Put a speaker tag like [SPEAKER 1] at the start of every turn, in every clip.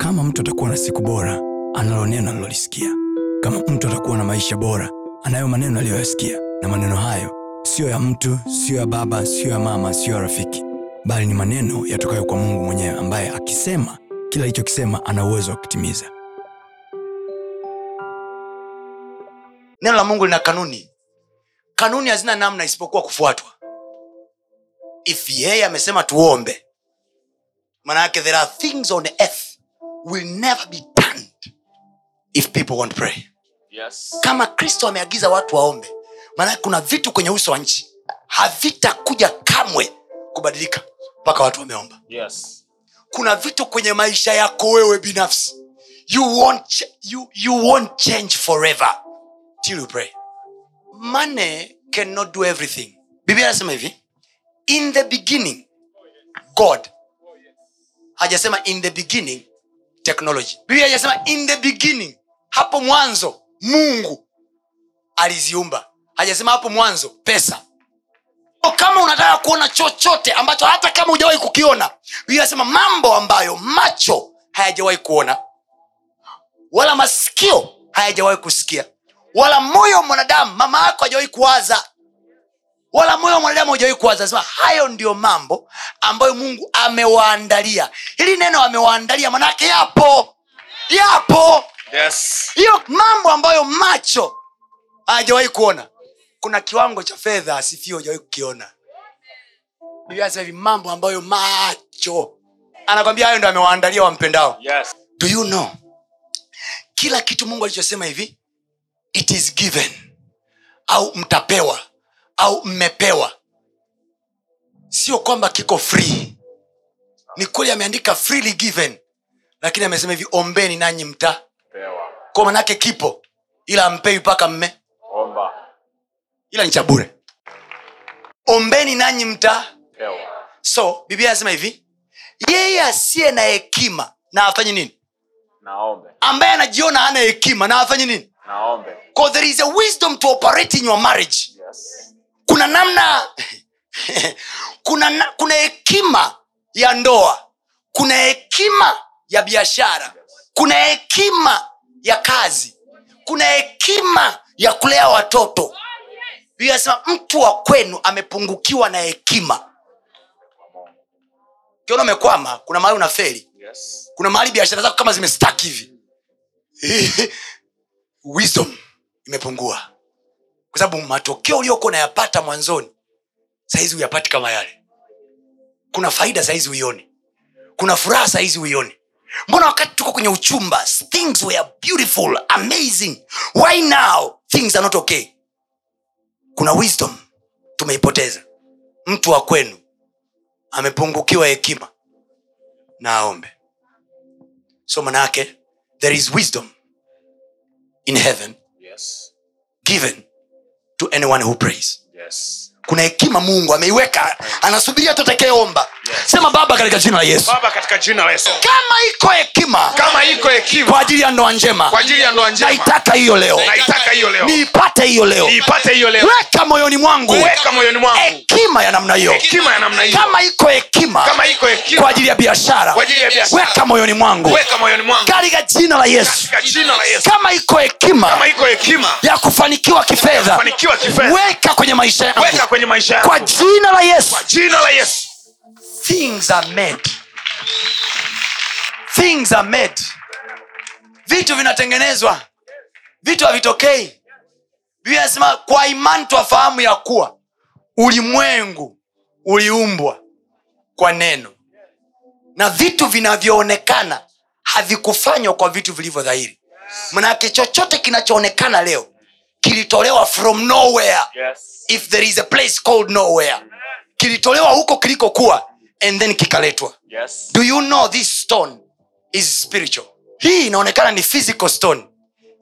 [SPEAKER 1] Kama mtu atakuwa na siku bora, analo neno alilolisikia. Kama mtu atakuwa na maisha bora, anayo maneno aliyoyasikia, na maneno hayo siyo ya mtu, siyo ya baba, siyo ya mama, siyo ya rafiki, bali ni maneno yatokayo kwa Mungu mwenyewe, ambaye akisema kila alichokisema ana uwezo wa kutimiza.
[SPEAKER 2] neno la mungu lina kanuni kanuni hazina namna isipokuwa kufuatwa if yeye amesema tuombe maana yake there are things on earth will never be done if people won't pray
[SPEAKER 3] Yes.
[SPEAKER 2] kama kristo ameagiza watu waombe maanake kuna vitu kwenye uso wa nchi havitakuja kamwe kubadilika mpaka watu wameomba
[SPEAKER 3] Yes.
[SPEAKER 2] kuna vitu kwenye maisha yako wewe binafsi you won't, ch- you, you won't change forever till you pray money cannot do everything biblia anasema hivi in the beginning god hajasema in the beginning technology biblia hajasema in the beginning hapo mwanzo mungu aliziumba hajasema hapo mwanzo pesa Kwa kama unataka kuona chochote ambacho hata kama hujawahi kukiona biblia inasema mambo ambayo macho hayajawahi kuona wala masikio hayajawahi kusikia wala moyo wa mwanadamu mama yako hajawahi kuwaza wala moyo wa mwanadamu haujawahi kuwaza sema hayo ndiyo mambo ambayo mungu amewaandalia hili neno amewaandalia manake yapo yapo
[SPEAKER 3] Yes.
[SPEAKER 2] hiyo mambo ambayo macho hayajawahi kuona kuna kiwango cha fedha asifio hajawahi kukiona Biblia inasema hivi mambo ambayo macho anakwambia hayo ndo amewaandalia wampendao
[SPEAKER 3] Yes.
[SPEAKER 2] do you know kila kitu mungu alichosema hivi it is given au mtapewa au mmepewa sio kwamba kiko free ni kweli ameandika freely given lakini amesema hivi ombeni nanyi mtaa
[SPEAKER 3] Pewa.
[SPEAKER 2] kwa manake kipo ila ampewi mpaka mme
[SPEAKER 3] Omba.
[SPEAKER 2] ila ni cha bure ombeni nanyi mta
[SPEAKER 3] Pewa.
[SPEAKER 2] so biblia anasema hivi yeye asiye na hekima na afanye nini
[SPEAKER 3] Naombe.
[SPEAKER 2] ambaye anajiona hana hekima na afanye nini
[SPEAKER 3] Naombe.
[SPEAKER 2] 'Cause there is a wisdom to operate in your marriage
[SPEAKER 3] Yes.
[SPEAKER 2] kuna namna kuna na, kuna hekima ya ndoa kuna hekima ya biashara kuna hekima ya kazi kuna hekima ya kulea watoto Biblia inasema mtu wa kwenu amepungukiwa na hekima ukiona umekwama kuna mahali una feri
[SPEAKER 3] Yes.
[SPEAKER 2] kuna mahali biashara zako kama zimestak hivi wisdom imepungua kwa sababu matokeo uliokuwa unayapata mwanzoni sahizi uyapati kama yale kuna faida sahizi uione kuna furaha sahizi uione mbona wakati tuko kwenye uchumba things were beautiful amazing why now things are not okay kuna wisdom tumeipoteza mtu wa kwenu amepungukiwa hekima na aombe so manayake there is wisdom in heaven
[SPEAKER 3] Yes.
[SPEAKER 2] given to anyone who prays
[SPEAKER 3] Yes.
[SPEAKER 2] kuna hekima mungu ameiweka anasubiria totakayeomba sema baba katika jina la yesu
[SPEAKER 3] Baba katika jina la Yesu.
[SPEAKER 2] kama iko hekima
[SPEAKER 3] Kama iko hekima
[SPEAKER 2] kwa ajili ya ndoa njema
[SPEAKER 3] kwa ajili ya ndoa njema
[SPEAKER 2] naitaka hiyo leo
[SPEAKER 3] naitaka hiyo leo.
[SPEAKER 2] niipate hiyo leo
[SPEAKER 3] Niipate hiyo leo.
[SPEAKER 2] weka moyoni mwangu
[SPEAKER 3] Weka moyoni mwangu
[SPEAKER 2] hekima ya namna hiyo
[SPEAKER 3] hekima ya namna hiyo.
[SPEAKER 2] kama iko hekima
[SPEAKER 3] Kama iko hekima
[SPEAKER 2] kwa ajili ya biashara
[SPEAKER 3] kwa ajili ya biashara.
[SPEAKER 2] weka moyoni mwangu
[SPEAKER 3] Weka moyoni mwangu
[SPEAKER 2] katika jina la yesu
[SPEAKER 3] katika jina la Yesu.
[SPEAKER 2] kama iko hekima
[SPEAKER 3] Kama iko hekima
[SPEAKER 2] ya kufanikiwa kifedha
[SPEAKER 3] fanikiwa kifedha.
[SPEAKER 2] weka kwenye maisha yangu
[SPEAKER 3] Weka kwenye maisha yako.
[SPEAKER 2] kwa jina la yesu
[SPEAKER 3] jina la Yesu.
[SPEAKER 2] things are made things are made vitu vinatengenezwa vitu havitokei biblia inasema kwa imani twafahamu ya kuwa ulimwengu uliumbwa kwa neno na vitu vinavyoonekana havikufanywa kwa vitu vilivyo dhahiri manake chochote kinachoonekana leo kilitolewa from nowhere
[SPEAKER 3] Yes.
[SPEAKER 2] if there is a place called nowhere kilitolewa huko kilikokuwa and then kikaletwa
[SPEAKER 3] Yes.
[SPEAKER 2] do you know this stone is spiritual hii inaonekana ni physical stone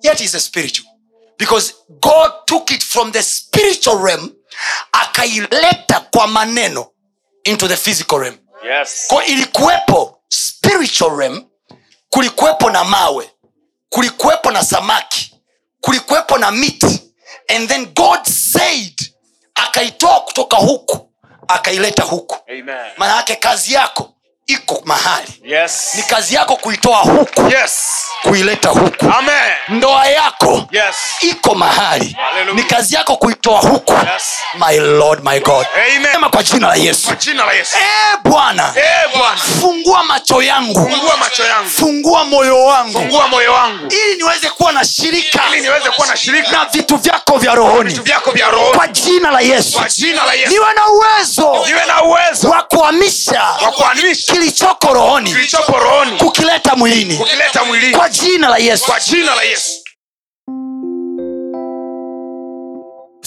[SPEAKER 2] yet is a spiritual because god took it from the spiritual realm akaileta kwa maneno into the physical realm
[SPEAKER 3] Yes.
[SPEAKER 2] ko ilikuwepo spiritual realm kulikuwepo na mawe kulikuwepo na samaki kulikuwepo na miti and then god said akaitoa kutoka huku akaileta huku
[SPEAKER 3] Amen.
[SPEAKER 2] maana yake kazi yako iko mahali ni
[SPEAKER 3] Yes.
[SPEAKER 2] kazi yako kuitoa huku
[SPEAKER 3] Yes.
[SPEAKER 2] kuileta huku
[SPEAKER 3] Amen.
[SPEAKER 2] ndoa yako
[SPEAKER 3] Yes.
[SPEAKER 2] iko mahali
[SPEAKER 3] Hallelujah.
[SPEAKER 2] ni kazi yako kuitoa huku
[SPEAKER 3] Yes.
[SPEAKER 2] my lord my god
[SPEAKER 3] Amen.
[SPEAKER 2] sema kwa jina la yesu
[SPEAKER 3] Kwa jina la Yesu.
[SPEAKER 2] Eh, bwana
[SPEAKER 3] Eh, Bwana.
[SPEAKER 2] fungua macho yangu
[SPEAKER 3] Fungua macho yangu.
[SPEAKER 2] fungua moyo wangu
[SPEAKER 3] Fungua moyo wangu.
[SPEAKER 2] ili niweze kuwa na shirika
[SPEAKER 3] Ili niweze kuwa na shirika.
[SPEAKER 2] na vitu vyako vya rohoni
[SPEAKER 3] Vitu vyako vya roho.
[SPEAKER 2] kwa jina la yesu
[SPEAKER 3] Kwa jina la Yesu.
[SPEAKER 2] niwe na uwezo
[SPEAKER 3] Niwe na uwezo
[SPEAKER 2] wa kuhamisha
[SPEAKER 3] wa kuhamisha
[SPEAKER 2] kilichoko rohoni
[SPEAKER 3] kilichopo rohoni
[SPEAKER 2] kukileta mwilini
[SPEAKER 3] kukileta mwilini.
[SPEAKER 2] kwa jina la yesu
[SPEAKER 3] Kwa jina la Yesu.